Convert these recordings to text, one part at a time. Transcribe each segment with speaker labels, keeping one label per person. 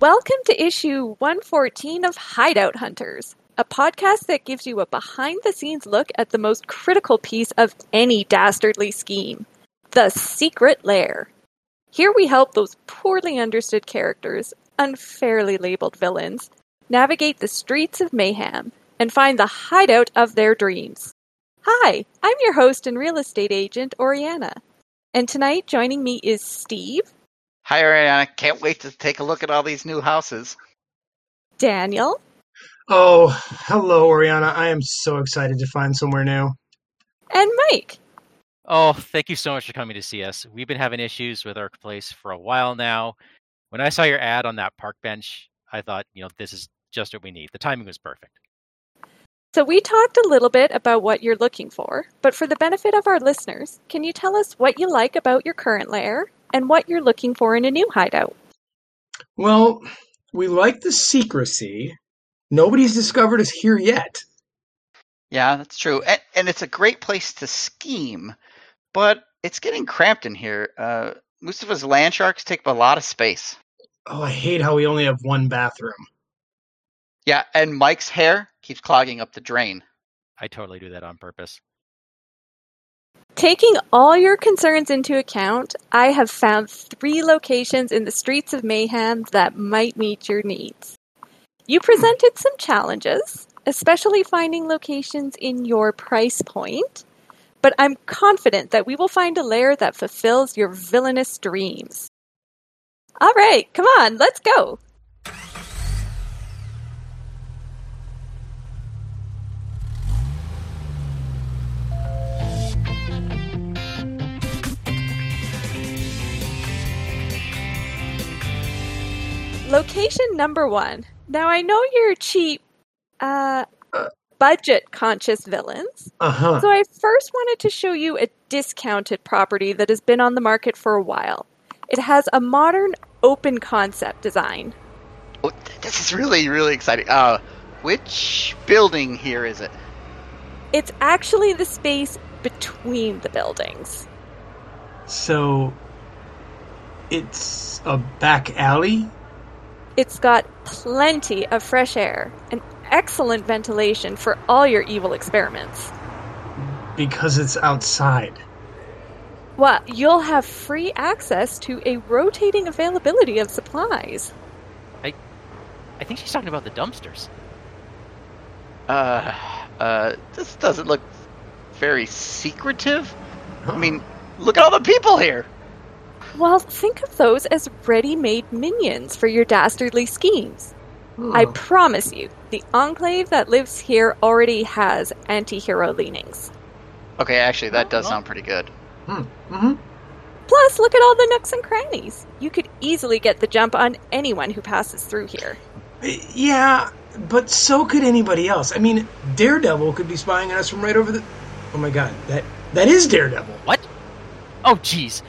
Speaker 1: Welcome to issue 114 of Hideout Hunters, a podcast that gives you a behind the scenes look at the most critical piece of any dastardly scheme the secret lair. Here we help those poorly understood characters, unfairly labeled villains, navigate the streets of mayhem and find the hideout of their dreams. Hi, I'm your host and real estate agent, Oriana. And tonight joining me is Steve,
Speaker 2: Hi, Ariana. Can't wait to take a look at all these new houses.
Speaker 1: Daniel,
Speaker 3: Oh, hello, Oriana. I am so excited to find somewhere new.
Speaker 1: and Mike.
Speaker 4: Oh, thank you so much for coming to see us. We've been having issues with our place for a while now. When I saw your ad on that park bench, I thought, you know, this is just what we need. The timing was perfect.
Speaker 1: So, we talked a little bit about what you're looking for, but for the benefit of our listeners, can you tell us what you like about your current lair and what you're looking for in a new hideout?
Speaker 3: Well, we like the secrecy. Nobody's discovered us here yet.
Speaker 2: Yeah, that's true. And, and it's a great place to scheme, but it's getting cramped in here. Uh, Mustafa's land sharks take up a lot of space.
Speaker 3: Oh, I hate how we only have one bathroom.
Speaker 2: Yeah, and Mike's hair keeps clogging up the drain.
Speaker 4: I totally do that on purpose.
Speaker 1: Taking all your concerns into account, I have found three locations in the streets of Mayhem that might meet your needs. You presented some challenges, especially finding locations in your price point, but I'm confident that we will find a lair that fulfills your villainous dreams. All right, come on, let's go. Location number one. Now I know you're cheap, uh, budget conscious villains,
Speaker 3: Uh huh.
Speaker 1: so I first wanted to show you a discounted property that has been on the market for a while. It has a modern open concept design.
Speaker 2: Oh, th- this is really, really exciting. Uh, which building here is it?
Speaker 1: It's actually the space between the buildings.
Speaker 3: So, it's a back alley?
Speaker 1: It's got plenty of fresh air and excellent ventilation for all your evil experiments.
Speaker 3: Because it's outside.
Speaker 1: Well, you'll have free access to a rotating availability of supplies.
Speaker 4: I think she's talking about the dumpsters.
Speaker 2: Uh, uh, this doesn't look very secretive. I mean, look at all the people here.
Speaker 1: Well, think of those as ready made minions for your dastardly schemes.
Speaker 3: Oh.
Speaker 1: I promise you, the enclave that lives here already has anti hero leanings.
Speaker 2: Okay, actually, that does
Speaker 4: Oh.
Speaker 2: sound pretty good.
Speaker 3: hmm
Speaker 1: Plus, look at all the nooks and crannies. You could easily get the jump on anyone who passes through here.
Speaker 3: Yeah, but so could anybody else. I mean, Daredevil could be spying on us from right over the. Oh my god, that that is Daredevil.
Speaker 4: Oh, geez.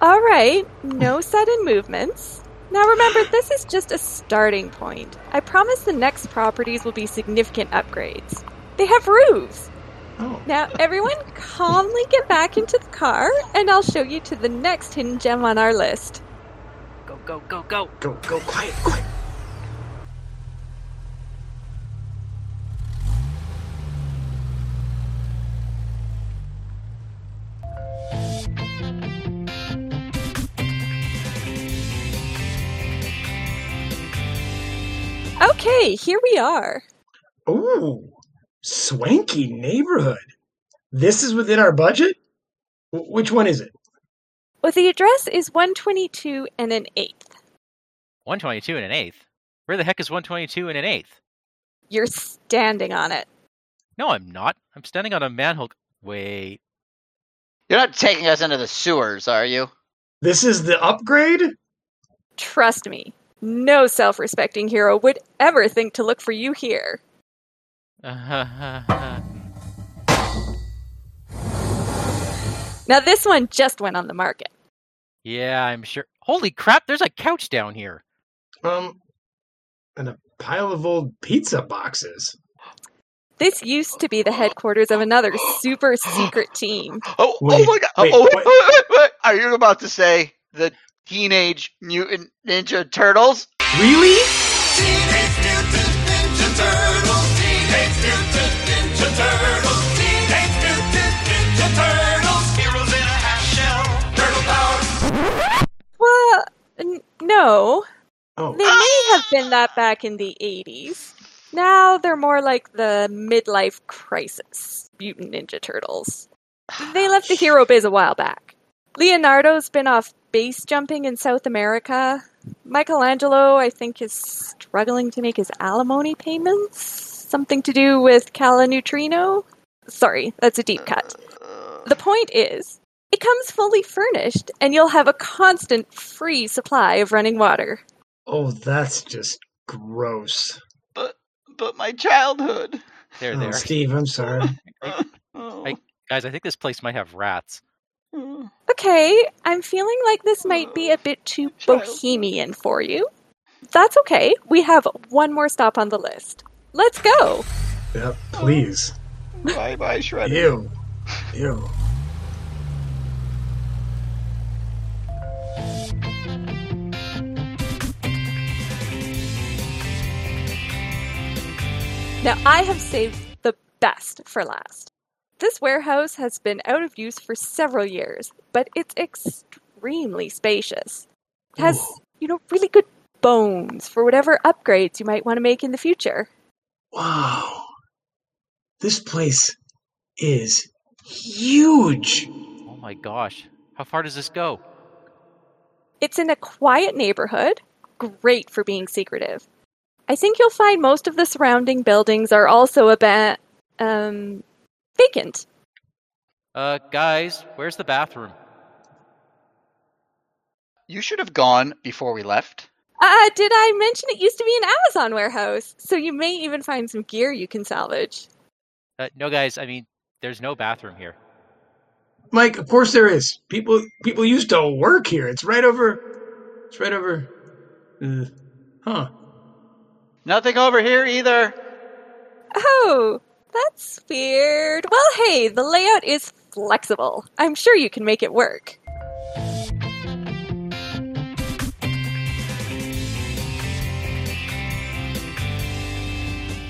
Speaker 1: All right, no sudden movements. Now remember, this is just a starting point. I promise the next properties will be significant upgrades. They have roofs.
Speaker 3: Oh.
Speaker 1: Now, everyone, calmly get back into the car, and I'll show you to the next hidden gem on our list.
Speaker 4: Go, go, go, go.
Speaker 3: Go, go, quiet, quiet.
Speaker 1: Okay, here we are.
Speaker 3: Ooh, swanky neighborhood. This is within our budget? Wh- which one is it?
Speaker 1: Well, the address is 122 and an eighth.
Speaker 4: 122 and an eighth. Where the heck is 122 and an eighth?
Speaker 1: You're standing on it.
Speaker 4: No, I'm not. I'm standing on a manhole. Wait.
Speaker 2: You're not taking us into the sewers, are you?
Speaker 3: This is the upgrade?
Speaker 1: Trust me, no self respecting hero would ever think to look for you here. Now, this one just went on the market.
Speaker 4: yeah, I'm sure. Holy crap, there's a couch down here.
Speaker 3: Um, and a pile of old pizza boxes.
Speaker 1: This used to be the headquarters of another super secret team.
Speaker 2: Oh,
Speaker 3: Wait,
Speaker 2: oh my god!
Speaker 3: wait,
Speaker 2: oh, wait,
Speaker 3: what-
Speaker 2: wait, wait, wait. Are you about to say the Teenage Mutant Ninja Turtles?
Speaker 3: Really?
Speaker 5: Teenage Mutant Ninja Turtles. Teenage Mutant Ninja Turtles. Teenage Mutant Ninja Turtles. Heroes in a half shell. Turtle power.
Speaker 1: Well, n- no.
Speaker 3: Oh,
Speaker 1: They may have been that back in the 80s. Now they're more like the midlife crisis mutant ninja turtles. They left the hero biz a while back. Leonardo's been off base jumping in South America. Michelangelo, I think, is struggling to make his alimony payments. Something to do with Cala Neutrino? Sorry, that's a deep cut. The point is, it comes fully furnished, and you'll have a constant free supply of running water.
Speaker 3: oh, that's just gross.
Speaker 2: But but my childhood.
Speaker 4: There,
Speaker 3: Oh,
Speaker 4: there,
Speaker 3: Steve, I'm sorry.
Speaker 2: Oh.
Speaker 4: I- guys. I think this place might have rats.
Speaker 2: Oh.
Speaker 1: Okay, I'm feeling like this might be a bit too
Speaker 2: Child.
Speaker 1: bohemian for you. That's okay. We have one more stop on the list. Let's go.
Speaker 3: Yep, please.
Speaker 2: Bye bye, Shredder.
Speaker 3: Ew. Ew.
Speaker 1: Now, I have saved the best for last. This warehouse has been out of use for several years, but it's extremely spacious. It has,
Speaker 3: Ooh.
Speaker 1: you know, really good bones for whatever upgrades you might want to make in the future.
Speaker 3: Wow. This place is huge.
Speaker 4: Oh my gosh, how far does this go?
Speaker 1: It's in a quiet neighborhood, great for being secretive. I think you'll find most of the surrounding buildings are also a bit um, vacant.
Speaker 4: Uh, guys, where's the bathroom?
Speaker 2: You should have gone before we left.
Speaker 1: Uh, did I mention it used to be an Amazon warehouse? So you may even find some gear you can salvage.
Speaker 4: Uh, no, guys. I mean, there's no bathroom here.
Speaker 3: Mike, of course there is. People people used to work here. It's right over it's right over uh, huh.
Speaker 2: Nothing over here either.
Speaker 1: Oh, that's weird. Well, hey, the layout is flexible. I'm sure you can make it work.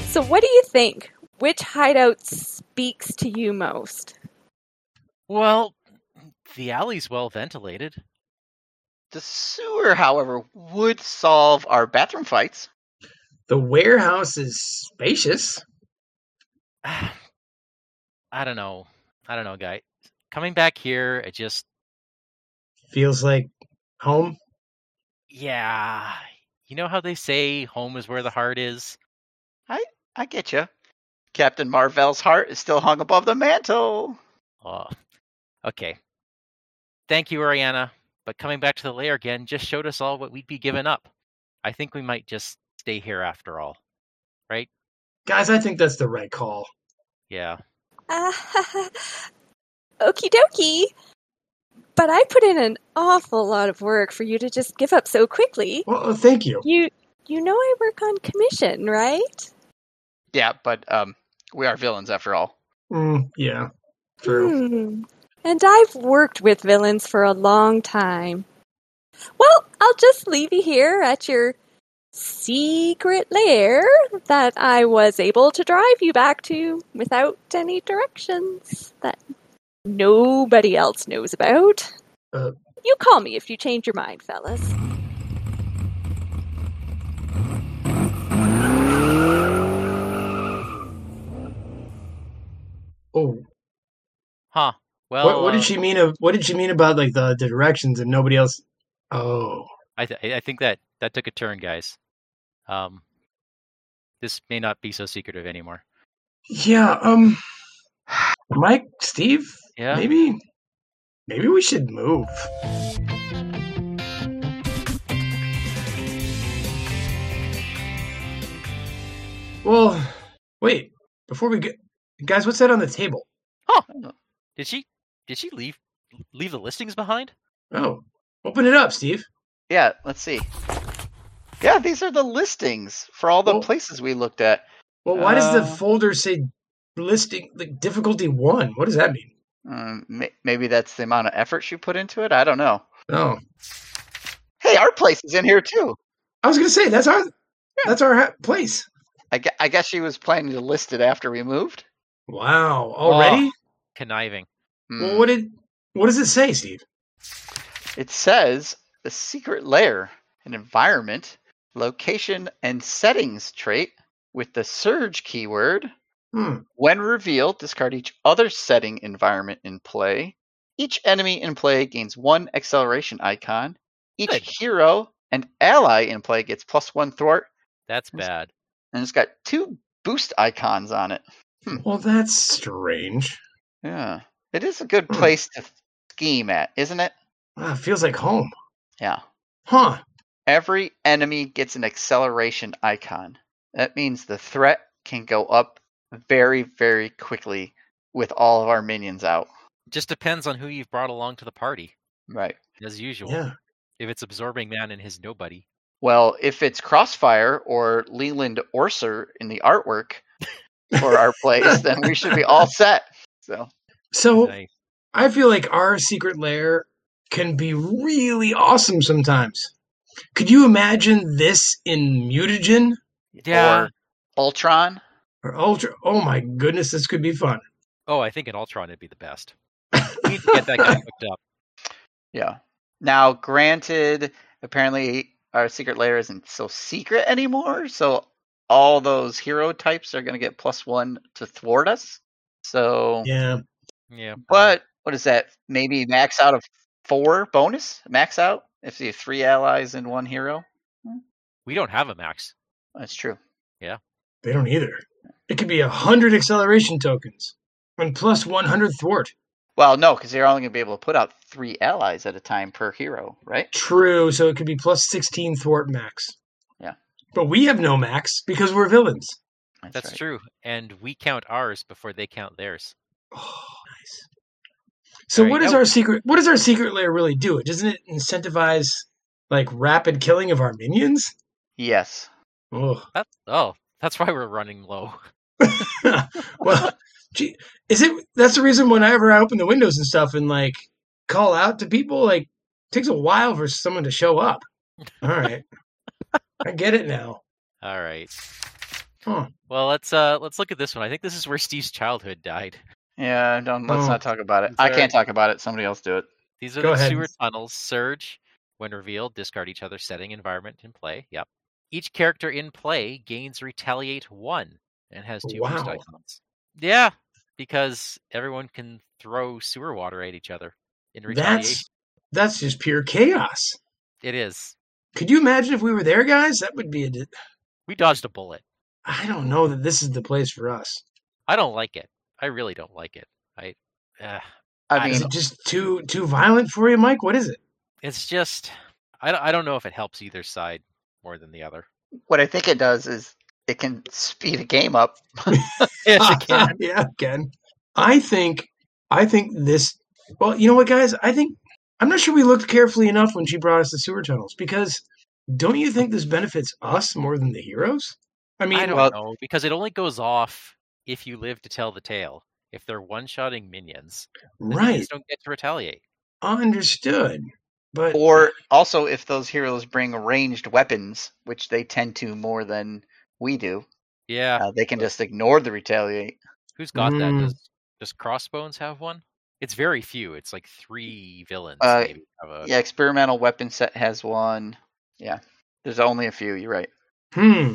Speaker 1: So, what do you think? Which hideout speaks to you most?
Speaker 4: Well, the alley's well ventilated.
Speaker 2: The sewer, however, would solve our bathroom fights.
Speaker 3: The warehouse is spacious.
Speaker 4: I don't know. I don't know, guy. Coming back here, it just
Speaker 3: Feels like home.
Speaker 4: yeah. You know how they say home is where the heart is.
Speaker 2: I get you. Captain Marvell's heart is still hung above the mantle.
Speaker 4: Oh, okay. Thank you, Ariana. But coming back to the lair again just showed us all what we'd be giving up. I think we might just stay here after all.
Speaker 3: Guys, I think that's the right call.
Speaker 4: Yeah.
Speaker 1: Uh, okie dokie. But I put in an awful lot of work for you to just give up so quickly.
Speaker 3: Well, uh, thank you.
Speaker 1: You, you know, I work on commission, right?
Speaker 2: Yeah, but um, we are villains after all.
Speaker 3: Mm, yeah. True.
Speaker 1: Hmm. And I've worked with villains for a long time. Well, I'll just leave you here at your secret lair that I was able to drive you back to without any directions that nobody else knows about.
Speaker 3: Uh.
Speaker 1: you call me if you change your mind, fellas.
Speaker 3: Oh,
Speaker 4: Huh. Well,
Speaker 3: what, what
Speaker 4: uh,
Speaker 3: did she mean of what did she mean about like the, the directions and nobody else? Oh.
Speaker 4: I th- I think that that took a turn, guys. Um, this may not be so secretive anymore.
Speaker 3: Yeah, um Mike, Steve,
Speaker 4: Yeah.
Speaker 3: maybe maybe we should move. Well, wait. Before we get guys, what's that on the table?
Speaker 4: Did she did she leave leave the listings behind?
Speaker 3: Oh, open it up, Steve.
Speaker 2: Yeah, let's see. Yeah, these are the listings for all the
Speaker 3: Well-
Speaker 2: places we looked at.
Speaker 3: Well, why does the
Speaker 2: Uh.
Speaker 3: folder say listing like difficulty one? What does that mean?
Speaker 2: Um, may- maybe that's the amount of effort you put into it. I don't know.
Speaker 3: Oh,
Speaker 2: Hey, our place is in here too.
Speaker 3: I was going to say that's our that's our ha- place.
Speaker 2: I, gue- I guess she was planning to list it after we moved.
Speaker 3: Wow, already?
Speaker 4: Conniving.
Speaker 2: Hmm.
Speaker 3: Well, what did what does it say, Steve?
Speaker 2: It says the secret layer, an environment, location, and settings trait with the surge keyword.
Speaker 3: Hmm.
Speaker 2: When revealed, discard each other setting environment in play. Each enemy in play gains one acceleration icon. Each
Speaker 4: Good.
Speaker 2: hero and ally in play gets plus one thwart,
Speaker 4: That's
Speaker 2: That's-
Speaker 4: bad.
Speaker 2: and it's got two boost icons on it.
Speaker 3: Well, that's strange.
Speaker 2: Yeah. It is a good
Speaker 3: Hmm.
Speaker 2: place to scheme at, isn't it?
Speaker 3: Ah, feels like home,
Speaker 2: Yeah.
Speaker 3: huh?
Speaker 2: Every enemy gets an acceleration icon. That means the threat can go up very, very quickly with all of our minions out.
Speaker 4: Just depends on who you've brought along to the party,
Speaker 2: Right.
Speaker 4: as usual.
Speaker 3: Yeah.
Speaker 4: If it's absorbing man and his nobody,
Speaker 2: Well, if it's Crossfire or Leland Orser in the artwork for our place, then we should be all set. So,
Speaker 3: So
Speaker 4: nice.
Speaker 3: I feel like our secret lair can be really awesome sometimes. Could you imagine this in Mutagen
Speaker 4: Yeah.
Speaker 2: or Ultron.
Speaker 3: or Ultra? Oh my goodness, this could be fun.
Speaker 4: Oh, I think in Ultron it'd be the best. We need to get that guy hooked up.
Speaker 2: Yeah. Now, granted, apparently our secret layer isn't so secret anymore, so all those hero types are going to get plus one to thwart us. So,
Speaker 3: Yeah.
Speaker 4: Yeah.
Speaker 2: but what is that? Maybe max out of four bonus? Max out if you have three allies and one hero?
Speaker 4: we don't have a max.
Speaker 2: That's true.
Speaker 3: They don't either. It could be a hundred acceleration tokens and plus one hundred thwart.
Speaker 2: Well, no, because they're only going to be able to put out three allies at a time per hero, right?
Speaker 3: True, so it could be plus sixteen thwart max.
Speaker 2: Yeah.
Speaker 3: But we have no max because we're villains.
Speaker 4: That's
Speaker 2: right.
Speaker 4: true. And we count ours before they count theirs.
Speaker 3: Oh, nice. So
Speaker 4: There you
Speaker 3: what does
Speaker 4: go.
Speaker 3: our secret what does our secret layer really do? It doesn't it incentivize like rapid killing of our minions?
Speaker 2: Yes.
Speaker 3: Oh.
Speaker 4: That's oh, that's why we're running low.
Speaker 3: well, gee, is it that's the reason whenever I open the windows and stuff and like call out to people like takes a while for someone to show up. All right. I get it now.
Speaker 4: All right.
Speaker 3: Huh.
Speaker 4: Well, let's uh let's look at this one. I think this is where Steve's childhood died.
Speaker 2: Yeah, don't let's
Speaker 3: Oh.
Speaker 2: not talk about it.
Speaker 4: It's
Speaker 2: I
Speaker 4: all
Speaker 2: can't talk about it. Somebody else do it.
Speaker 4: These are
Speaker 3: Go
Speaker 4: the
Speaker 3: ahead.
Speaker 4: sewer tunnels. Surge, when revealed, discard each other's setting environment in play. Yep. Each character in play gains retaliate one and has two boost
Speaker 3: Wow.
Speaker 4: icons. Yeah, because everyone can throw sewer water at each other in retaliation.
Speaker 3: That's that's just pure chaos.
Speaker 4: It is.
Speaker 3: Could you imagine if we were there, guys? That would be a. di-
Speaker 4: We dodged a bullet.
Speaker 3: I don't know that this is the place for us.
Speaker 4: I don't like it. I really don't like it. I, uh,
Speaker 2: I
Speaker 4: I
Speaker 2: mean,
Speaker 3: Is it just too too violent for you, Mike? What is it?
Speaker 4: it's just I don't, I don't know if it helps either side more than the other.
Speaker 2: what I think it does is it can speed a game up.
Speaker 4: Yes, it can.
Speaker 3: yeah, it can. I think I think this. Well, you know what, guys? I think I'm not sure we looked carefully enough when she brought us the sewer tunnels because don't you think this benefits us more than the heroes? I mean,
Speaker 4: I don't
Speaker 2: well-
Speaker 4: know because it only goes off if you live to tell the tale. If they're one-shotting minions, then the
Speaker 3: right?
Speaker 4: minions don't get to retaliate.
Speaker 3: Understood. But
Speaker 2: Or also, if those heroes bring ranged weapons, which they tend to more than we do,
Speaker 4: Yeah,
Speaker 2: uh, they can just ignore the retaliate.
Speaker 4: who's got that?
Speaker 3: Mm.
Speaker 4: Does, does Crossbones have one? It's very few. It's like three villains.
Speaker 2: Uh,
Speaker 4: maybe have a,
Speaker 2: Yeah, experimental weapon set has one. Yeah, there's only a few. You're right.
Speaker 3: hmm.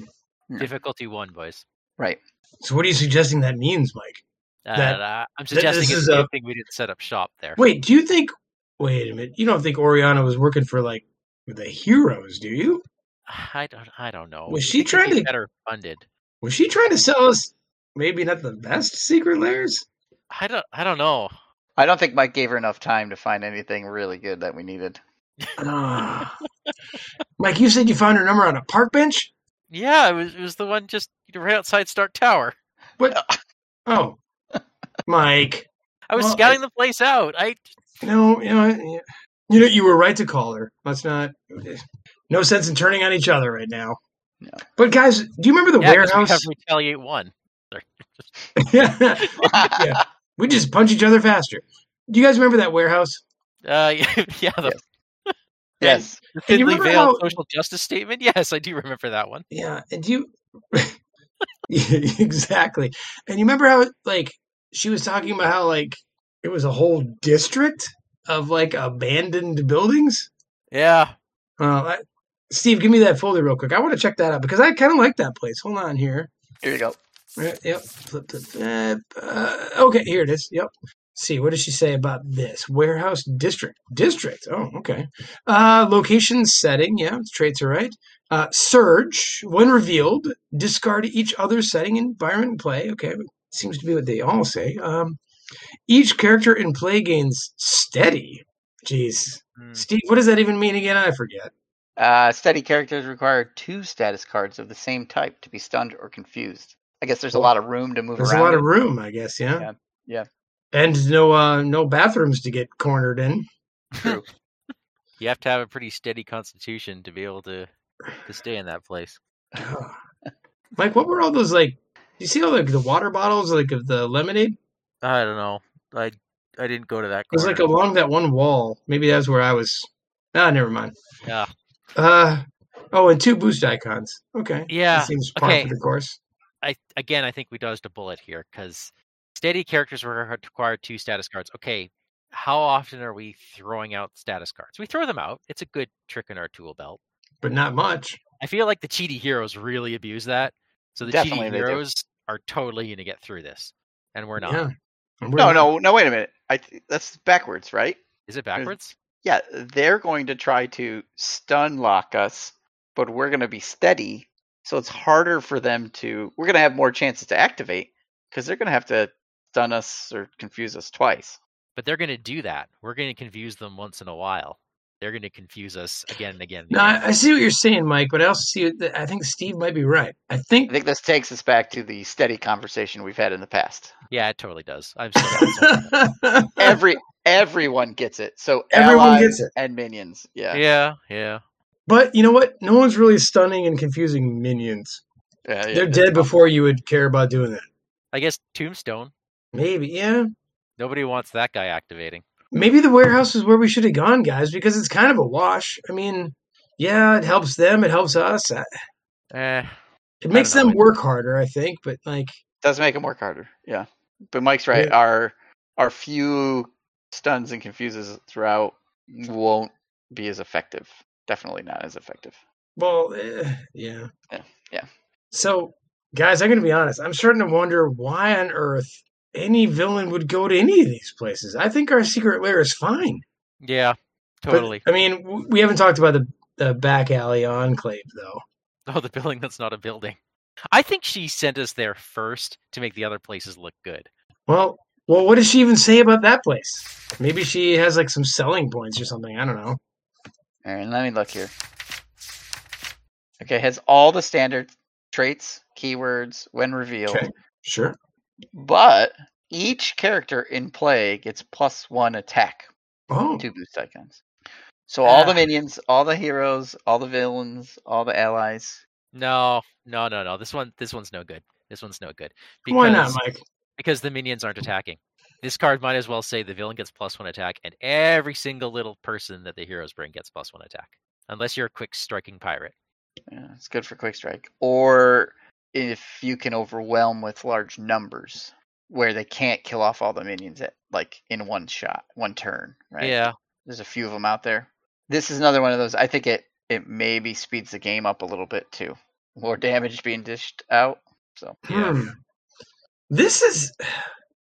Speaker 4: Difficulty one, boys.
Speaker 2: Right.
Speaker 3: So what are you suggesting that means, Mike?
Speaker 4: Uh,
Speaker 3: That-
Speaker 4: uh, I'm
Speaker 3: this
Speaker 4: suggesting it's
Speaker 3: is
Speaker 4: a
Speaker 3: a-
Speaker 4: good thing we didn't set up shop there.
Speaker 3: Wait, do you think? Wait a minute. You don't think Oriana was working for like the heroes, do you?
Speaker 4: I don't. I don't know.
Speaker 3: Was
Speaker 4: I
Speaker 3: she
Speaker 4: think it'd
Speaker 3: trying
Speaker 4: be
Speaker 3: to-
Speaker 4: better funded?
Speaker 3: Was she trying to sell us maybe not the best secret layers?
Speaker 4: I don't. I don't know.
Speaker 2: I don't think Mike gave her enough time to find anything really good that we needed.
Speaker 3: Ah. Mike, you said you found her number on a park bench?
Speaker 4: Yeah, it was. It was the one just right outside Stark Tower.
Speaker 3: Oh, Mike.
Speaker 4: I was
Speaker 3: Well, I-
Speaker 4: scouting the place out. I
Speaker 3: No, you know, yeah. you know, you were right to call her. Let's not. No sense in turning on each other right now.
Speaker 2: No.
Speaker 3: But guys, do you remember the
Speaker 4: yeah, 'cause we
Speaker 3: warehouse?
Speaker 4: have retaliate one.
Speaker 3: yeah, we just punch each other faster. Do you guys remember that warehouse?
Speaker 4: Uh, yeah, the,
Speaker 2: Yes.
Speaker 4: The
Speaker 3: And you
Speaker 4: thinly
Speaker 3: remember
Speaker 4: veiled
Speaker 3: how-
Speaker 4: social justice statement. Yes, I do remember that one.
Speaker 3: Yeah, and you Yeah, exactly. And you remember how like she was talking about how like it was a whole district of like abandoned buildings?
Speaker 4: Yeah.
Speaker 3: Uh, I, Steve, give me that folder real quick. I want to check that out because I kind of like that place. Hold on here.
Speaker 2: Here you go.
Speaker 3: Uh, Yep. Flip, flip, flip. Uh, okay, here it is. Yep. See, what does she say about this warehouse district? District. Oh, okay. Uh, location setting. Yeah, traits are right. Uh, surge. When revealed, discard each other's setting, environment, and play. Okay, seems to be what they all say. Um, each character in play gains steady. Jeez,
Speaker 4: Hmm.
Speaker 3: Steve, what does that even mean again? I forget.
Speaker 2: Uh, steady characters require two status cards of the same type to be stunned or confused. I guess there's a lot of room to move
Speaker 3: Oh, There's a
Speaker 2: around.
Speaker 3: lot of
Speaker 2: in.
Speaker 3: room, I guess. Yeah.
Speaker 2: Yeah, yeah.
Speaker 3: And no, uh, no bathrooms to get cornered in.
Speaker 2: True.
Speaker 4: You have to have a pretty steady constitution to be able to to stay in that place.
Speaker 3: Ugh. Mike, what were all those like? You see all like the water bottles, like of the lemonade. It
Speaker 4: I don't know. I I didn't go to that.
Speaker 3: was like
Speaker 4: corner.
Speaker 3: along that one wall. Maybe that's where I was. Ah, never mind.
Speaker 4: Yeah.
Speaker 3: Uh oh, and two boost icons. Okay,
Speaker 4: Yeah,
Speaker 3: that seems par
Speaker 4: okay.
Speaker 3: for the course.
Speaker 4: I again, I think we dodged a bullet here because steady characters require require two status cards. Okay, how often are we throwing out status cards? We throw them out. It's a good trick in our tool belt.
Speaker 3: But not much.
Speaker 4: I feel like the cheaty heroes really abuse that. So the
Speaker 2: Definitely
Speaker 4: cheaty
Speaker 2: they do.
Speaker 4: heroes are totally going to get through this, and we're not.
Speaker 3: Yeah. And we're
Speaker 2: no,
Speaker 3: not-
Speaker 2: no, no. Wait a minute. I th- that's backwards, right?
Speaker 4: Is it backwards?
Speaker 2: Yeah, they're going to try to stun lock us, but we're going to be steady, so it's harder for them to. We're going to have more chances to activate because they're going to have to stun us or confuse us twice.
Speaker 4: But they're going to do that. We're going to confuse them once in a while. They're going to confuse us again and again. and
Speaker 3: No,
Speaker 4: again.
Speaker 3: I, I see what you're saying, Mike. But I also see that I think Steve might be right. I think.
Speaker 2: I think this takes us back to the steady conversation we've had in the past.
Speaker 4: yeah, it totally does. I'm so
Speaker 2: Every everyone gets it. So
Speaker 3: Everyone
Speaker 2: allies
Speaker 3: gets it.
Speaker 2: and minions. Yeah.
Speaker 4: yeah, yeah.
Speaker 3: But you know what? No one's really stunning and confusing minions.
Speaker 2: Yeah, yeah,
Speaker 3: They're
Speaker 2: that's
Speaker 3: dead
Speaker 2: awful.
Speaker 3: before you would care about doing that.
Speaker 4: I guess Tombstone.
Speaker 3: Maybe, yeah.
Speaker 4: Nobody wants that guy activating.
Speaker 3: maybe the warehouse is where we should have gone, guys, because it's kind of a wash. I mean, yeah, it helps them, it helps us. I-
Speaker 4: Eh,
Speaker 3: It makes
Speaker 4: know.
Speaker 3: them work harder, I think, but like,
Speaker 2: Does make them work harder. Yeah. But Mike's right.
Speaker 3: Yeah.
Speaker 2: Our our few stuns and confuses throughout won't be as effective. Definitely not as effective.
Speaker 3: well, eh, yeah.
Speaker 2: Yeah, yeah.
Speaker 3: So, guys, I'm going to be honest. I'm starting to wonder why on earth any villain would go to any of these places. I think our secret lair is fine.
Speaker 4: yeah,
Speaker 3: But,
Speaker 4: totally.
Speaker 3: I mean, w- we haven't talked about the, the back alley enclave, though.
Speaker 4: oh, the building that's not a building. I think she sent us there first to make the other places look good.
Speaker 3: Well, well, what does she even say about that place? Maybe she has like some selling points or something. I don't know.
Speaker 2: Aaron, let me look here. Okay, has all the standard traits, keywords when revealed.
Speaker 3: Okay. Sure.
Speaker 2: But each character in play gets plus one attack
Speaker 3: Oh,
Speaker 2: two boost icons. So all
Speaker 4: Ah.
Speaker 2: the minions, all the heroes, all the villains, all the allies.
Speaker 4: No, no, no, no. This one, this one's no good. This one's no good. Because,
Speaker 3: Why not, Mike?
Speaker 4: Because the minions aren't attacking. This card might as well say the villain gets plus one attack, and every single little person that the heroes bring gets plus one attack, unless you're a quick striking pirate.
Speaker 2: Yeah, it's good for quick strike. Or if you can overwhelm with large numbers, where they can't kill off all the minions at like in one shot, one turn. Right?
Speaker 4: Yeah,
Speaker 2: There's a few of them out there. This is another one of those. I think it it maybe speeds the game up a little bit too. More damage being dished out. So
Speaker 4: yeah.
Speaker 3: Hmm. This is,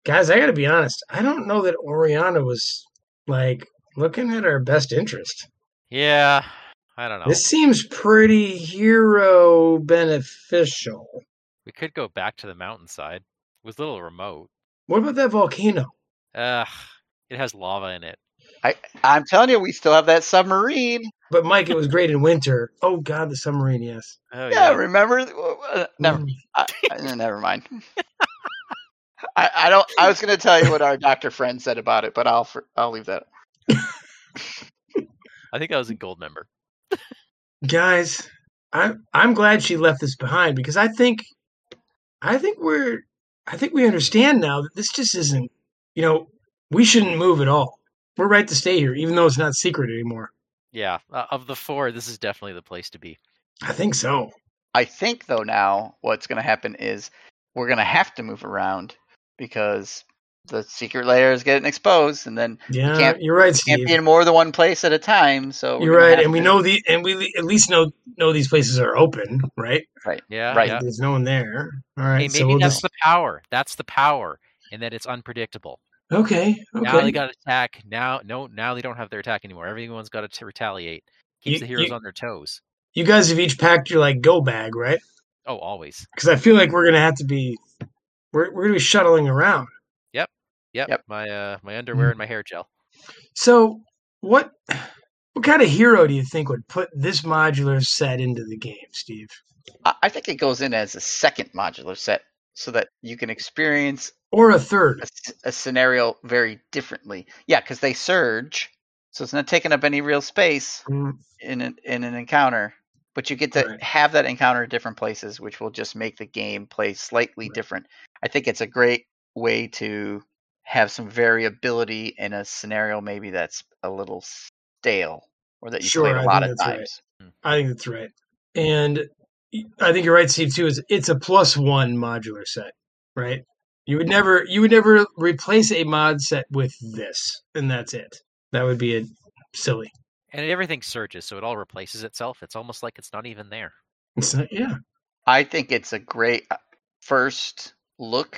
Speaker 3: guys. I got to be honest. I don't know that Oriana was like looking at our best interest.
Speaker 4: yeah. I don't know.
Speaker 3: This seems pretty hero beneficial.
Speaker 4: We could go back to the mountainside with little remote.
Speaker 3: What about that volcano?
Speaker 4: Ugh, it has lava in it.
Speaker 2: I'm telling you, we still have that submarine.
Speaker 3: But Mike, it was great in winter. Oh God, the submarine. Yes.
Speaker 4: Oh
Speaker 2: Yeah, remember? Uh, Never
Speaker 3: Mm.
Speaker 2: I, I- never mind. I, I don't. I was going to tell you what our doctor friend said about it, but I'll for, I'll leave that.
Speaker 4: I think I was in gold member.
Speaker 3: guys. I'm I'm glad she left this behind because I think, I think we're, I think we understand now that this just isn't. You know, we shouldn't move at all. We're right to stay here, even though it's not secret anymore.
Speaker 4: yeah, uh, of the four, this is definitely the place to be.
Speaker 3: I think so.
Speaker 2: I think though now what's going to happen is we're going to have to move around because the secret layer is getting exposed, and then
Speaker 3: Yeah,
Speaker 2: can't-
Speaker 3: you're right,
Speaker 2: can't
Speaker 3: Steve.
Speaker 2: be in more than one place at a time. So we're
Speaker 3: You're
Speaker 2: gonna
Speaker 3: right,
Speaker 2: have
Speaker 3: and we
Speaker 2: to-
Speaker 3: know the and we at least know know these places are open, right?
Speaker 4: Yeah,
Speaker 2: Right.
Speaker 4: yeah.
Speaker 3: There's no one there. All right,
Speaker 4: Hey, maybe
Speaker 3: so we'll
Speaker 4: that's
Speaker 3: just
Speaker 4: the power. That's the power, and that it's unpredictable.
Speaker 3: okay.
Speaker 4: Now they
Speaker 3: Okay,
Speaker 4: got to attack. Now, no, now they don't have their attack anymore. Everyone's got to retaliate. Keeps
Speaker 3: You-
Speaker 4: the heroes
Speaker 3: you-
Speaker 4: on their toes.
Speaker 3: you guys have each packed your like go bag, right?
Speaker 4: Oh, always.
Speaker 3: Because I feel like we're gonna have to be we're we're gonna be shuttling around.
Speaker 4: Yep.
Speaker 2: Yep.
Speaker 4: My uh, my
Speaker 3: Mm-hmm.
Speaker 4: underwear and my hair gel.
Speaker 3: So what what kind of hero do you think would put this modular set into the game, Steve?
Speaker 2: I I think it goes in as a second modular set so that you can experience
Speaker 3: Or a third?
Speaker 2: a, s- a scenario very differently. Yeah, because they surge, so it's not taking up any real space
Speaker 3: Mm,
Speaker 2: in an, in an encounter. But you get to
Speaker 3: Right.
Speaker 2: have that encounter at different places, which will just make the game play slightly different. I think it's a great way to have some variability in a scenario maybe that's a little stale or that you
Speaker 3: Sure,
Speaker 2: played
Speaker 3: I
Speaker 2: a
Speaker 3: think
Speaker 2: lot of
Speaker 3: that's right.
Speaker 2: times.
Speaker 3: I think that's right, and y- I think you're right, Steve. Too is it's a plus one modular set, right? You would never you would never replace a mod set with this, and that's it. That would be a silly.
Speaker 4: And everything surges, so it all replaces itself. It's almost like it's not even there.
Speaker 3: It's not, yeah,
Speaker 2: I think it's a great uh, first look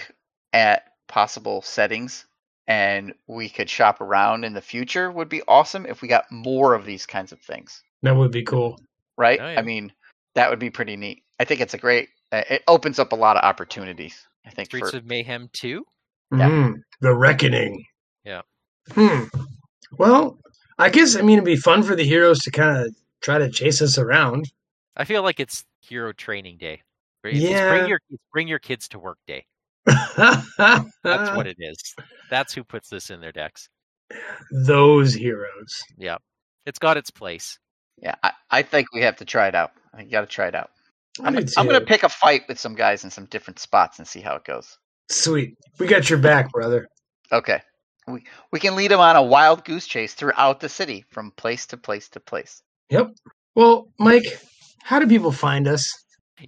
Speaker 2: at possible settings and we could shop around in the future would be awesome if we got more of these kinds of things,
Speaker 3: that would be cool.
Speaker 2: right?
Speaker 4: Oh,
Speaker 2: I
Speaker 4: yeah.
Speaker 2: mean, that would be pretty neat. I think it's a great uh, it opens up a lot of opportunities, I think
Speaker 4: Streets
Speaker 2: for
Speaker 4: of Mayhem two.
Speaker 2: Yeah.
Speaker 3: Mm, the reckoning.
Speaker 4: Yeah.
Speaker 3: Hmm. Well, I guess I mean it'd be fun for the heroes to kind of try to chase us around.
Speaker 4: I feel like it's hero training day. Right? It's, it's
Speaker 3: Yeah.
Speaker 4: bring your it's bring your kids to work day.
Speaker 3: Uh.
Speaker 4: That's what it is. That's who puts this in their decks.
Speaker 3: Those heroes.
Speaker 4: It's got its place.
Speaker 2: yeah, I, I think we have to try it out. I got to try it out.
Speaker 3: I
Speaker 2: I'm,
Speaker 3: do
Speaker 2: I'm going to
Speaker 3: too.
Speaker 2: pick a fight with some guys in some different spots and see how it goes.
Speaker 3: Sweet, we got your back, brother.
Speaker 2: Okay. We we can lead them on a wild goose chase throughout the city from place to place to place.
Speaker 3: Well, Mike, how do people find us?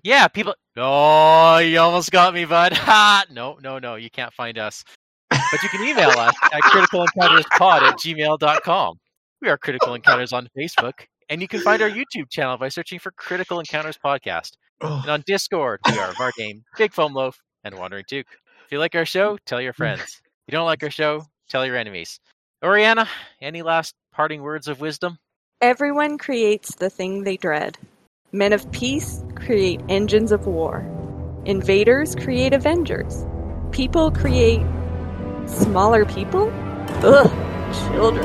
Speaker 4: Yeah, people. Oh, you almost got me, bud. Ha! No, no, no. You can't find us. But you can email us at criticalencounterspod at gmail.com. We are Critical Encounters on Facebook, and you can find our YouTube channel by searching for Critical Encounters Podcast.
Speaker 3: Oh,
Speaker 4: And on Discord, we are Vardame, Big Foam Loaf, and Wandering Duke. If you like our show, tell your friends. If you don't like our show, tell your enemies. Oriana, any last parting words of wisdom?
Speaker 1: Everyone creates the thing they dread. Men of peace create engines of war. Invaders create avengers. People create smaller people? Ugh, children.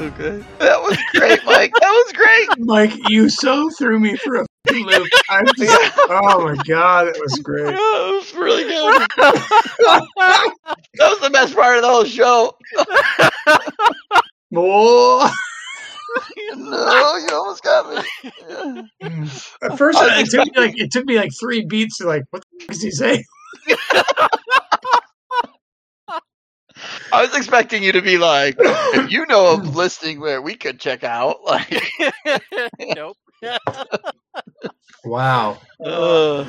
Speaker 2: Okay. That was great, Mike. That was great.
Speaker 3: Mike, you so threw me for a loop. I'm just,
Speaker 2: Yeah,
Speaker 3: oh my god, that was great.
Speaker 2: that was really good. That was the best part of the whole show.
Speaker 3: Whoa.
Speaker 2: No, you almost got me. Yeah.
Speaker 3: At first, it took me like it took me like three beats to like, what the f- is he saying?
Speaker 2: I was expecting you to be like, if you know of listing where we could check out, like,
Speaker 4: nope.
Speaker 3: Wow.
Speaker 2: uh,